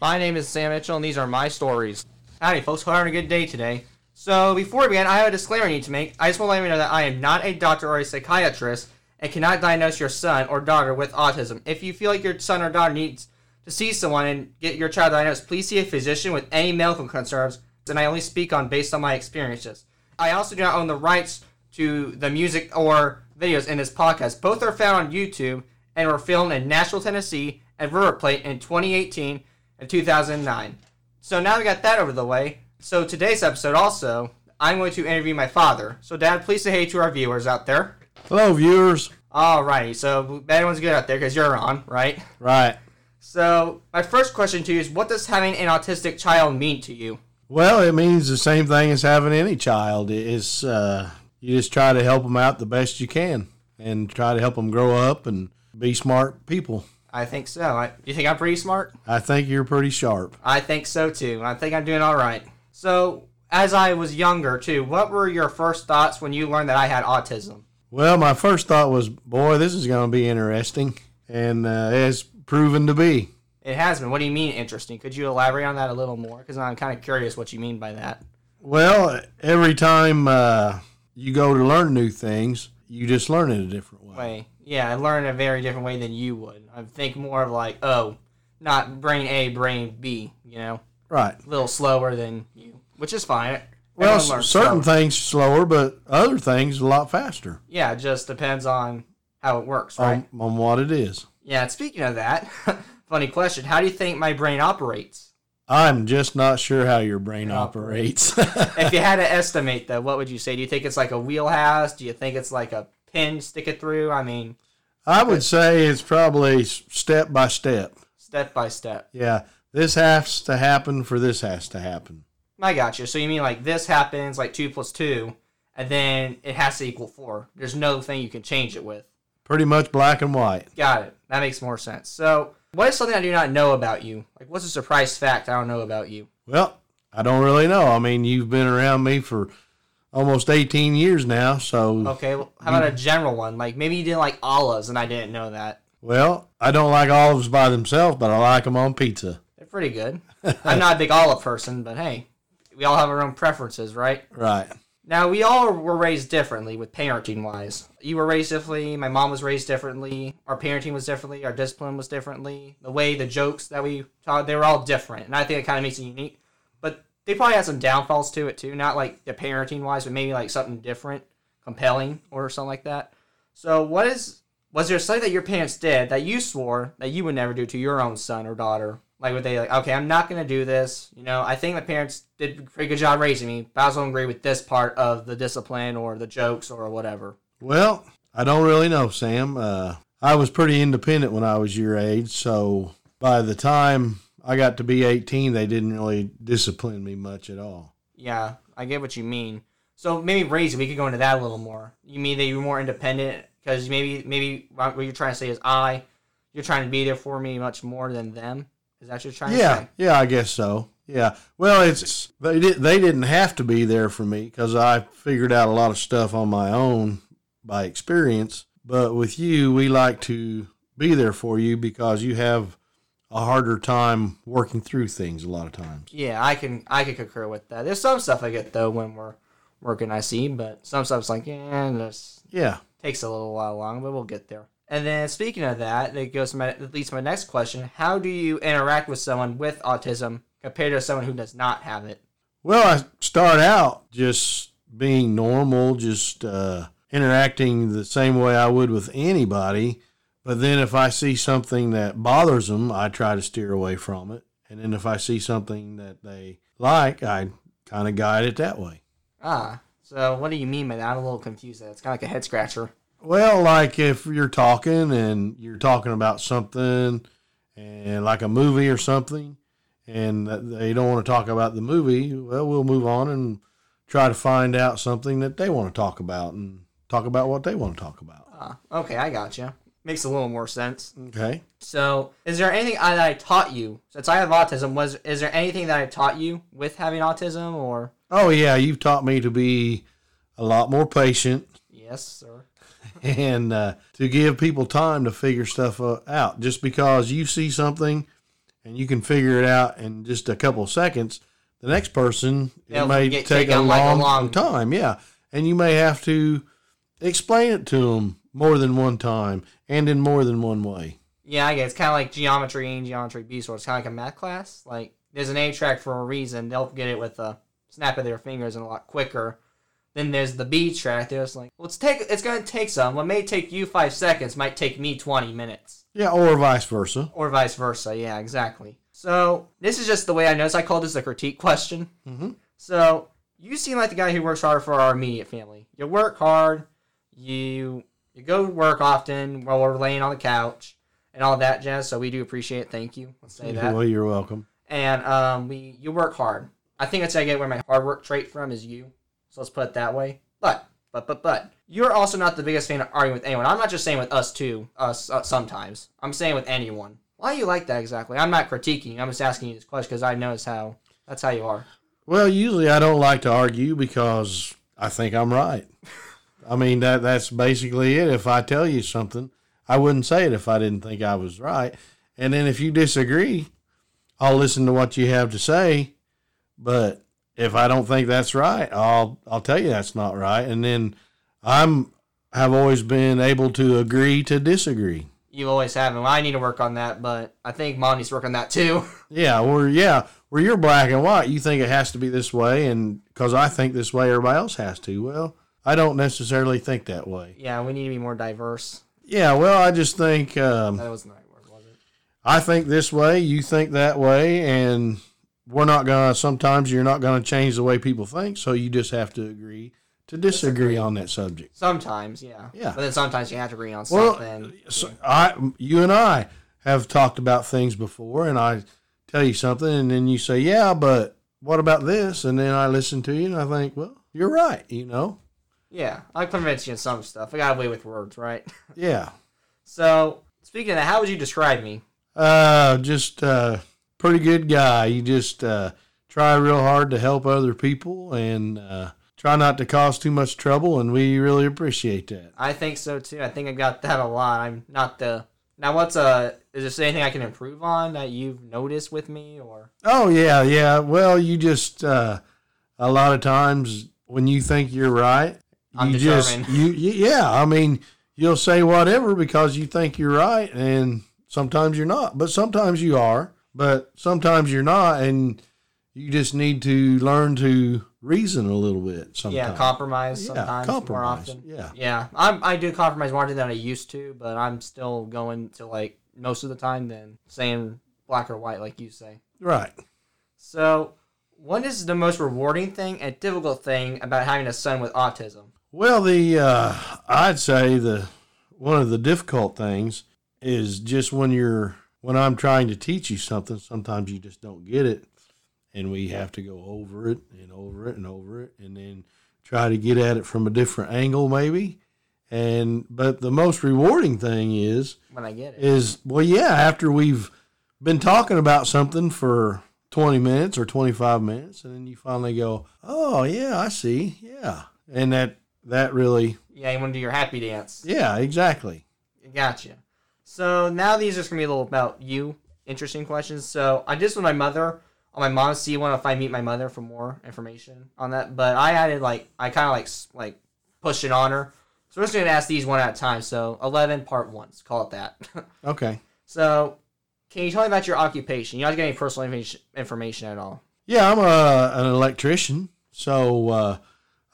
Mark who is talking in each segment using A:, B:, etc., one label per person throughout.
A: My name is Sam Mitchell, and these are my stories. Howdy, folks. Hope you're having a good day today. So, before we begin, I have a disclaimer I need to make. I just want to let you know that I am not a doctor or a psychiatrist and cannot diagnose your son or daughter with autism. If you feel like your son or daughter needs to see someone and get your child diagnosed, please see a physician with any medical concerns, and I only speak on based on my experiences. I also do not own the rights to the music or videos in this podcast. Both are found on YouTube and were filmed in Nashville, Tennessee and River Plate in 2018 and 2009. So now we got that over the way. So today's episode also, I'm going to interview my father. So Dad, please say hey to our viewers out there.
B: Hello, viewers.
A: Alrighty, so everyone's good out there because you're on, right?
B: Right.
A: So my first question to you is, what does having an autistic child mean to you?
B: Well, it means the same thing as having any child. It is uh, you just try to help them out the best you can, and try to help them grow up and be smart people.
A: I think so. I, you think I'm pretty smart?
B: I think you're pretty sharp.
A: I think so too. I think I'm doing all right. So, as I was younger too, what were your first thoughts when you learned that I had autism?
B: Well, my first thought was, boy, this is going to be interesting, and uh, it's proven to be.
A: It has been. What do you mean interesting? Could you elaborate on that a little more? Because I'm kind of curious what you mean by that.
B: Well, every time uh, you go to learn new things, you just learn it a different way.
A: Way, yeah, I learned in a very different way than you would. I think more of like, oh, not brain A, brain B. You know,
B: Right.
A: a little slower than you, which is fine.
B: Well,
A: Everyone learns
B: certain
A: slower.
B: things slower, but other things a lot faster
A: Yeah, it just depends on how it works, right?
B: on, on what it is.
A: yeah. And speaking of that, funny question: How do you think my brain operates?
B: I'm just not sure how your brain operates.
A: if you had to estimate though, what would you say? Do you think it's like a wheelhouse? Do you think it's like a pin stick it through? I mean,
B: I would say it's probably s- step by step.
A: step by step.
B: Yeah, this has to happen for this has to happen.
A: I got you. So you mean like this happens like two plus two, and then it has to equal four. There's no thing you can change it with.
B: Pretty much black and white.
A: Got it. That makes more sense. So what is something I do not know about you? Like what's a surprise fact I don't know about you?
B: Well, I don't really know. I mean, you've been around me for almost 18 years now, so
A: Okay, well, how about a general one? Like maybe you didn't like olives and I didn't know that.
B: well, I don't like olives by themselves, but I like them on pizza.
A: They're pretty good. I'm not a big olive person, but hey, we all have our own preferences, right?
B: Right.
A: Now we all were raised differently with parenting wise. You were raised differently. My mom was raised differently. Our parenting was differently. Our discipline was differently. The way the jokes that we taught, they were all different, and I think it kind of makes it unique. But they probably had some downfalls to it too. Not like the parenting wise, but maybe like something different, compelling, or something like that. So, what is was there something that your parents did that you swore that you would never do to your own son or daughter? Like, would they like, okay, I'm not gonna do this. You know, I think my parents did a pretty good job raising me, but I also don't agree with this part of the discipline or the jokes or whatever.
B: Well, I don't really know, Sam. Uh, I was pretty independent when I was your age, so by the time I got to be 18, they didn't really discipline me much at all.
A: Yeah, I get what you mean. So maybe raising, we could go into that a little more. You mean that you were more independent because maybe maybe what you're trying to say is I, you're trying to be there for me much more than them. Is that what you're trying to
B: Yeah,
A: say?
B: yeah, I guess so. Yeah. Well, it's they did they didn't have to be there for me cuz I figured out a lot of stuff on my own by experience, but with you we like to be there for you because you have a harder time working through things a lot of times.
A: Yeah, I can I can concur with that. There's some stuff I get though when we're working, I see, but some stuff's like yeah, this
B: Yeah.
A: takes a little while long, but we'll get there. And then speaking of that, that goes to my that leads to my next question: How do you interact with someone with autism compared to someone who does not have it?
B: Well, I start out just being normal, just uh, interacting the same way I would with anybody. But then if I see something that bothers them, I try to steer away from it. And then if I see something that they like, I kind of guide it that way.
A: Ah, so what do you mean by that? I'm a little confused. That's kind of like a head scratcher.
B: Well, like if you're talking and you're talking about something and like a movie or something, and that they don't want to talk about the movie, well, we'll move on and try to find out something that they want to talk about and talk about what they want to talk about.
A: Ah, okay, I gotcha. Makes a little more sense.
B: Okay.
A: So, is there anything I, that I taught you since I have autism? Was is there anything that I taught you with having autism, or
B: Oh, yeah, you've taught me to be a lot more patient
A: yes, sir?
B: and uh, to give people time to figure stuff uh, out. Just because you see something and you can figure it out in just a couple seconds, the next person it
A: They'll
B: may
A: get
B: take a
A: taken,
B: long,
A: like, a long-
B: time. Yeah, and you may have to explain it to them more than one time and in more than one way.
A: Yeah, I guess it's kind of like geometry A and geometry B, so it's kind of like a math class. Like there's an A track for a reason. They'll get it with a snap of their fingers and a lot quicker. Then there's the B track. They're just like, well, it's take it's gonna take some. What may take you five seconds might take me twenty minutes,
B: Yeah, or vice versa.
A: or vice versa. Yeah, exactly. So this is just the way I noticed. I call this a critique question.
B: Mhm.
A: So you seem like the guy who works hard for our immediate family. You work hard. You you go to work often while we're laying on the couch and all that jazz. So we do appreciate. It. Thank you. Let's say that.
B: Well, you're welcome.
A: And um, we you work hard. I think that's I get where my hard work trait from is you. So let's put it that way. But but but but you're also not the biggest fan of arguing with anyone. I'm not just saying with us too. Us uh, sometimes. I'm saying with anyone. Why you like that exactly? I'm not critiquing. I'm just asking you this question because I notice how that's how you are.
B: Well, usually I don't like to argue because I think I'm right. I mean that that's basically it. If I tell you something, I wouldn't say it if I didn't think I was right. And then if you disagree, I'll listen to what you have to say. But if I don't think that's right, I'll I'll tell you that's not right. And then I'm have always been able to agree to disagree.
A: you always have, and I need to work on that. But I think Mom needs to work on that too.
B: Yeah, or yeah, where you're black and white, you think it has to be this way, and because I think this way, everybody else has to. Well, I don't necessarily think that way.
A: yeah, we need to be more diverse.
B: Yeah, well, I just think um,
A: That wasn't the right word, was it?
B: I think this way, you think that way, and we're not gonna. Sometimes you're not gonna change the way people think, so you just have to agree to disagree on that subject.
A: Sometimes, yeah.
B: Yeah.
A: But then sometimes you have to agree on
B: Well,
A: something.
B: So I, you and I have talked about things before, and I tell you something, and then you say, "Yeah, but what about this?" And then I listen to you, and I think, "Well, you're right," you know.
A: Yeah, I convince you in some stuff. I got away with words, right?
B: Yeah,
A: So speaking of that, how would you describe me?
B: uh, just uh, pretty good guy. You just uh, try real hard to help other people, and uh, try not to cause too much trouble, and we really appreciate that.
A: I think so too. I think I got that a lot. I'm not the now. What's uh? Is there anything I can improve on that you've noticed with me, or
B: Oh yeah, yeah. Well, you just uh, a lot of times when you think you're right,
A: I'm
B: you just
A: determined.
B: you y- yeah. I mean, you'll say whatever because you think you're right, and sometimes you're not, but sometimes you are, but sometimes you're not, and you just need to learn to reason a little bit. Sometimes,
A: yeah, compromise
B: Yeah,
A: sometimes more
B: compromise,
A: often.
B: yeah.
A: yeah. I'm I do compromise more often than I used to, but I'm still going to like most of the time than saying black or white like you say.
B: right?
A: So, what is the most rewarding thing and difficult thing about having a son with autism?
B: Well, the uh, I'd say the one of the difficult things is just when you're when I'm trying to teach you something. Sometimes you just don't get it, and we have to go over it and over it and over it, and then try to get at it from a different angle, maybe. And but the most rewarding thing is
A: When I get it,
B: is well, yeah. After we've been talking about something for twenty minutes or twenty five minutes, and then you finally go, "Oh yeah, I see, yeah," and that that really,
A: yeah, you want to do your happy dance.
B: yeah, exactly.
A: Gotcha. So now these are just gonna be a little about you, interesting questions. So I did this with my mother on my mom's C one if I meet my mother for more information on that. But I added like I kind of like s- like pushed it on her. So we're just gonna ask these one at a time. So eleven part one, let's call it that.
B: Okay,
A: so can you tell me about your occupation? You don't have to get any personal information, information at all.
B: yeah, I'm a an electrician, so uh,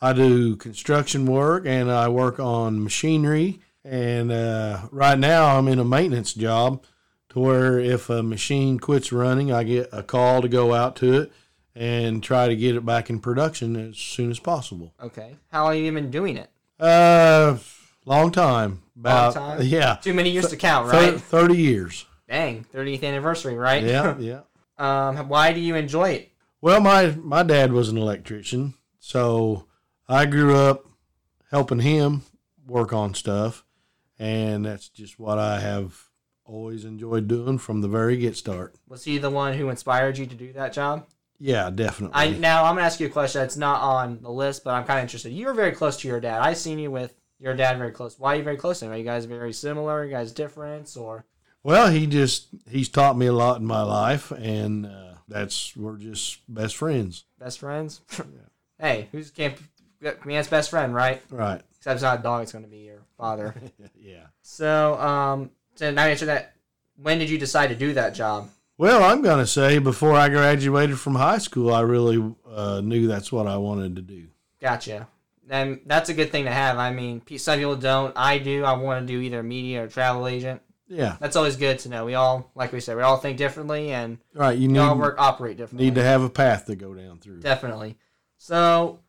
B: I do construction work and I work on machinery. And uh, right now, I'm in a maintenance job to where if a machine quits running, I get a call to go out to it and try to get it back in production as soon as possible.
A: Okay. How long have you been doing it?
B: Uh, long time. About,
A: time?
B: Yeah.
A: Too many years to count,
B: Thir-
A: right?
B: 30 years.
A: Dang, 30th anniversary, right?
B: Yeah. Yeah.
A: um, why do you enjoy it?
B: Well, my, my dad was an electrician. So I grew up helping him work on stuff. And that's just what I have always enjoyed doing from the very get start.
A: Was he the one who inspired you to do that job?
B: Yeah, definitely.
A: I now I'm gonna ask you a question that's not on the list, but I'm kind of interested. You're very close to your dad. I seen you with your dad very close. Why are you very close to him? Are you guys very similar? Are you guys different? Or
B: Well, he just he's taught me a lot in my life, and uh, that's we're just best friends,
A: Best friends? hey, who's can't man's best friend, right?
B: right?
A: Except it's not a dog, it's gonna be your father.
B: Yeah.
A: so, um so now answer that when did you decide to do that job?
B: Well, I'm gonna say before I graduated from high school, I really uh, knew that's what I wanted to do.
A: Gotcha. And that's a good thing to have. I mean, pe- some people don't. I do. I want to do either media or travel agent.
B: Yeah,
A: That's always good to know. We all, like we said, we all think differently and
B: right. You
A: we all
B: need
A: work operate differently.
B: need to have a path to go down through.
A: Definitely. So,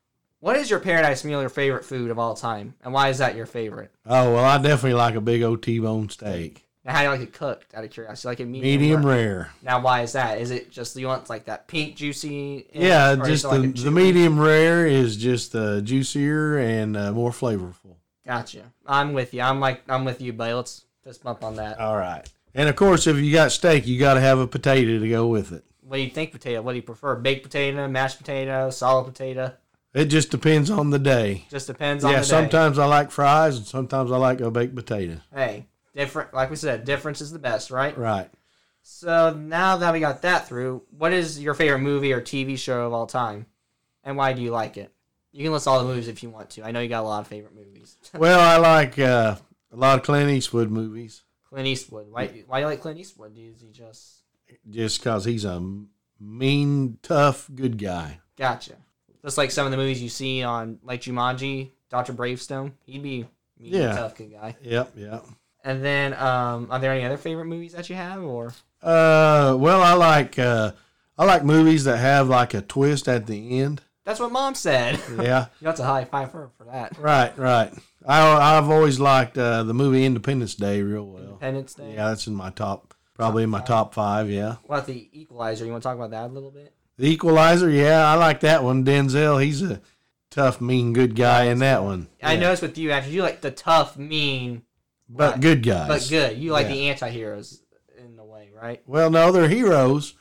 A: what is your paradise meal, your favorite food of all time? And why is that your favorite?
B: Oh well, I definitely like a big old T-bone steak,
A: And how do you like it cooked, out of curiosity? Like it medium,
B: medium
A: rare.
B: rare.
A: Now, why is that? Is it just you want like that pink, juicy?
B: Yeah,
A: or is
B: just
A: it
B: the,
A: like a
B: the
A: juicy-
B: medium rare is just uh, juicier and uh, more flavorful.
A: Gotcha. I'm with you. I'm like, I'm with you, buddy. Let's fist bump on that.
B: All right. And of course, if you got steak, you got to have a potato to go with it.
A: What do you think, potato? What do you prefer? Baked potato, mashed potato, solid potato?
B: It just depends on the day.
A: Just depends on
B: Yeah,
A: the day.
B: sometimes I like fries and sometimes I like a baked potato.
A: Hey, different. Like we said, difference is the best, right?
B: Right.
A: So now that we got that through, what is your favorite movie or TV show of all time, and why do you like it? You can list all the movies if you want to. I know you got a lot of favorite movies.
B: Well, I like uh, a lot of Clint Eastwood movies
A: Clint Eastwood. Why? Why do you like Clint Eastwood? Is he just
B: just because he's a mean, tough, good guy.
A: gotcha? Just like some of the movies you see on like Jumanji, Doctor Bravestone. He'd be mean,
B: Yeah.
A: tough good guy.
B: Yep, yep.
A: And then, um, are there any other favorite movies that you have, or
B: Uh, well, I like uh, I like movies that have like a twist at the end.
A: that's what Mom said.
B: Yeah, Oh.
A: you have to high five her for that.
B: right, right. I I've always liked uh, the movie Independence Day real well.
A: Independence Day.
B: Yeah, that's in my top, probably in my top five. Yeah,
A: What about the Equalizer? You want to talk about that a little bit?
B: The Equalizer. Yeah, I like that one. Denzel, he's a tough, mean, good guy in that one.
A: I
B: Yeah.
A: noticed with you actually, you like the tough, mean,
B: but good guys.
A: but good. You like
B: Yeah.
A: the anti-heroes in a way, right?
B: Well, no, they're heroes,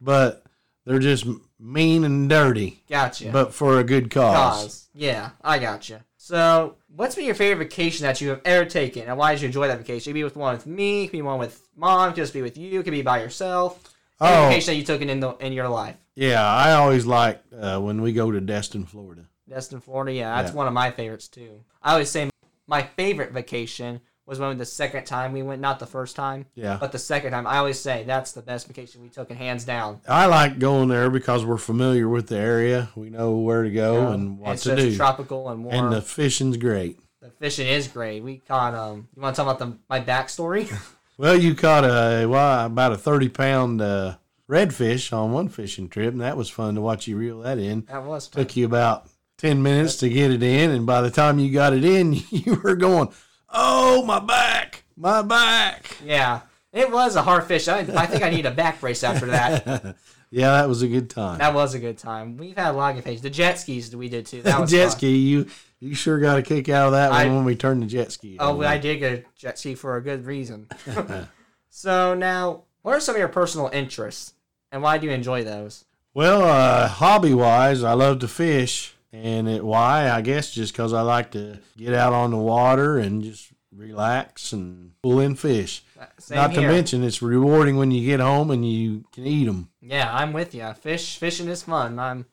B: but they're just mean and dirty,
A: Gotcha.
B: but for a good cause.
A: Cause. Yeah, I gotcha. So, what's been your favorite vacation that you have ever taken, and why did you enjoy that vacation? It could be with one with me, it could be one with mom, it could just be with you, it could be by yourself. Any
B: Oh.
A: vacation that you took in, in the in your life.
B: Yeah, I always like uh, when we go to Destin, Florida.
A: Destin, Florida. Yeah, that's
B: Yeah.
A: one of my favorites too. I always say my favorite vacation was when the second time we went, not the first time,
B: Yeah.
A: but the second time. I always say that's the best vacation we took, and hands down.
B: I like going there because we're familiar with the area. We know where to go
A: Um,
B: and what
A: it's
B: to
A: just
B: do.
A: tropical and warm.
B: And the fishing's great.
A: the fishing is great. We caught um. You want to talk about the my backstory?
B: Well, you caught a well, about a thirty pound uh, redfish on one fishing trip, and that was fun to watch you reel that in.
A: that was fun.
B: Took you about ten minutes to get it in, and by the time you got it in, you were going, "Oh, my back, my back."
A: yeah. It was a hard fish. I, I think I need a back brace after that.
B: Yeah, that was a good time.
A: That was a good time. We've had a lot of vacations. The jet skis we did too. That was
B: jet
A: fun.
B: ski, you you sure got a kick out of that
A: I-
B: one when we turned the jet ski.
A: Oh,
B: over.
A: well, I did get a jet ski for a good reason. so now, what are some of your personal interests, and why do you enjoy those?
B: Well, uh, hobby wise, I love to fish, and it, why? I guess just because I like to get out on the water and just relax and pull in fish.
A: Uh, Same
B: Not
A: here.
B: to mention, it's rewarding when you get home and you can eat them.
A: yeah, I'm with you. Fish fishing is fun. I'm.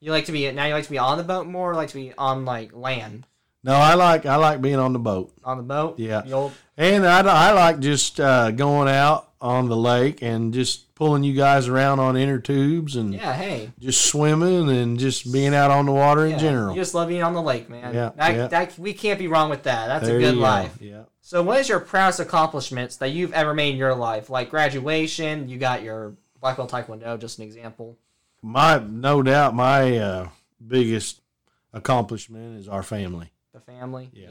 A: You like to be now. You like to be on the boat more. Or like to be on like land
B: No, I like I like being on the boat,
A: on the boat.
B: Yeah.
A: The old-
B: and I, I like just uh, going out on the lake and just pulling you guys around on inner tubes and
A: yeah. Hey.
B: just swimming and just being out on the water in
A: Yeah,
B: general.
A: You just love being on the lake, man.
B: Yeah,
A: that,
B: yeah.
A: that we can't be wrong with that. That's
B: There
A: a good
B: you go.
A: life.
B: Yeah.
A: So, what is your proudest accomplishments that you've ever made in your life? Like graduation, you got your black belt taekwondo, just an example.
B: My no doubt my uh, biggest accomplishment is our family.
A: The family,
B: Yeah.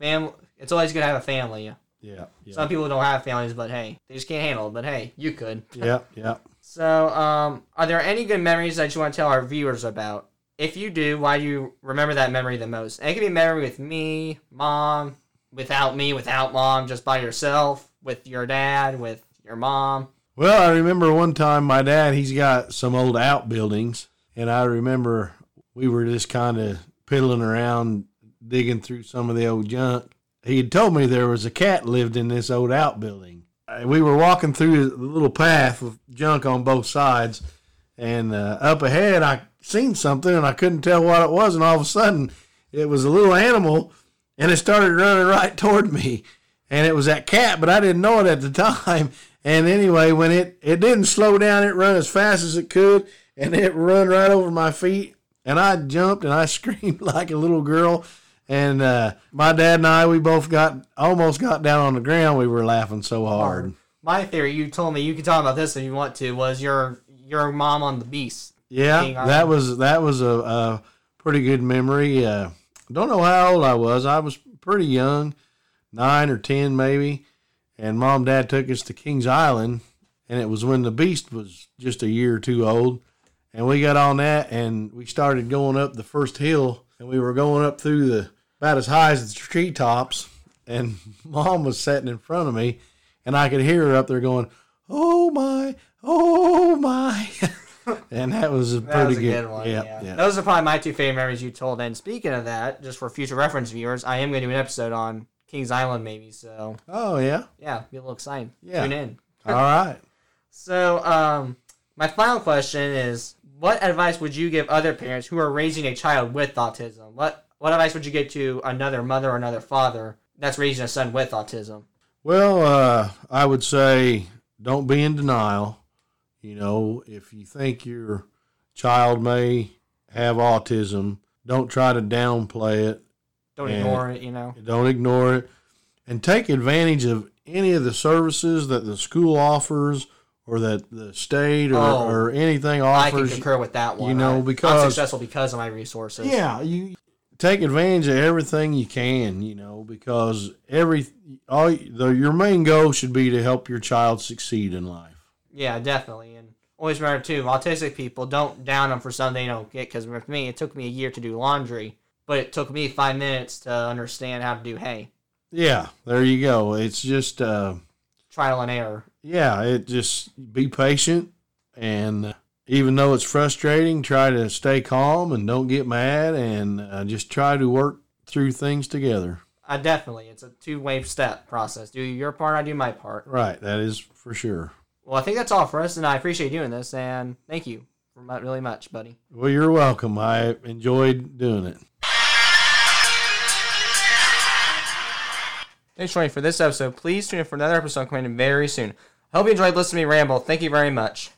A: family. It's always good to have a family.
B: Yeah. Yeah.
A: Some people don't have families, but hey, they just can't handle it. But hey, you could.
B: yeah. Yeah.
A: So, um, are there any good memories that you want to tell our viewers about? If you do, why do you remember that memory the most? And it can be a memory with me, mom, without me, without mom, just by yourself, with your dad, with your mom.
B: Well, I remember one time my dad, he's got some old outbuildings and I remember we were just kind of piddling around digging through some of the old junk. He had told me there was a cat lived in this old outbuilding. we were walking through the little path with junk on both sides, and uh, up ahead I seen something and I couldn't tell what it was, and all of a sudden it was a little animal, and it started running right toward me, and it was that cat, but I didn't know it at the time. And anyway, when it it didn't slow down, it run as fast as it could, and it run right over my feet, and I jumped and I screamed like a little girl. And uh, my dad and I, we both got almost got down on the ground. We were laughing so hard.
A: My theory, you told me you could talk about this if you want to, was your your mom on the beast. King
B: Yeah,
A: Arthur.
B: that was that was a, a pretty good memory. Uh, don't know how old I was. I was pretty young, nine or ten maybe. And mom and dad took us to Kings Island, and it was when the beast was just a year or two old. And we got on that, and we started going up the first hill, and we were going up through the about as high as the treetops. And mom was sitting in front of me, and I could hear her up there going, "Oh my, oh my." And that was a pretty
A: That was a
B: good,
A: good, one.
B: Yep,
A: yeah.
B: yep.
A: Those are probably my two favorite memories you told. And speaking of that, just for future reference viewers, I am going to do an episode on Kings Island, maybe. So
B: Oh yeah.
A: yeah, be a little excited.
B: Yeah.
A: Tune in.
B: All right.
A: So, um, my final question is: What advice would you give other parents who are raising a child with autism? What What advice would you give to another mother or another father that's raising a son with autism?
B: Well, uh, I would say don't be in denial. You know, if you think your child may have autism, don't try to downplay it.
A: Don't
B: Yeah.
A: ignore it. You know.
B: Don't ignore it. And take advantage of any of the services that the school offers or that the state or,
A: Oh.
B: or anything
A: I can
B: offers.
A: concur with that one.
B: you know,
A: I-
B: because-
A: I'm successful because of my resources.
B: Yeah, you take advantage of everything you can, you know, because every all the, your main goal should be to help your child succeed in life.
A: Yeah, definitely. And always remember too, autistic people don't down them for something they don't get. Because for me, it took me a year to do laundry, but it took me five minutes to understand how to do hay.
B: Yeah, there you go. It's just uh
A: Trial and error.
B: yeah, it just be patient and uh, even though it's frustrating, try to stay calm and don't get mad and uh, just try to work through things together.
A: I definitely. It's a two way step process. Do your part, I do my part.
B: Right, that is for sure.
A: Well, I think that's all for us, and I appreciate you doing this, and thank you for mu- really much, buddy.
B: Well, you're welcome. I enjoyed doing it.
A: Thanks, Tony, for this episode. Please tune in for another episode coming in very soon. I hope you enjoyed listening to me ramble. Thank you very much.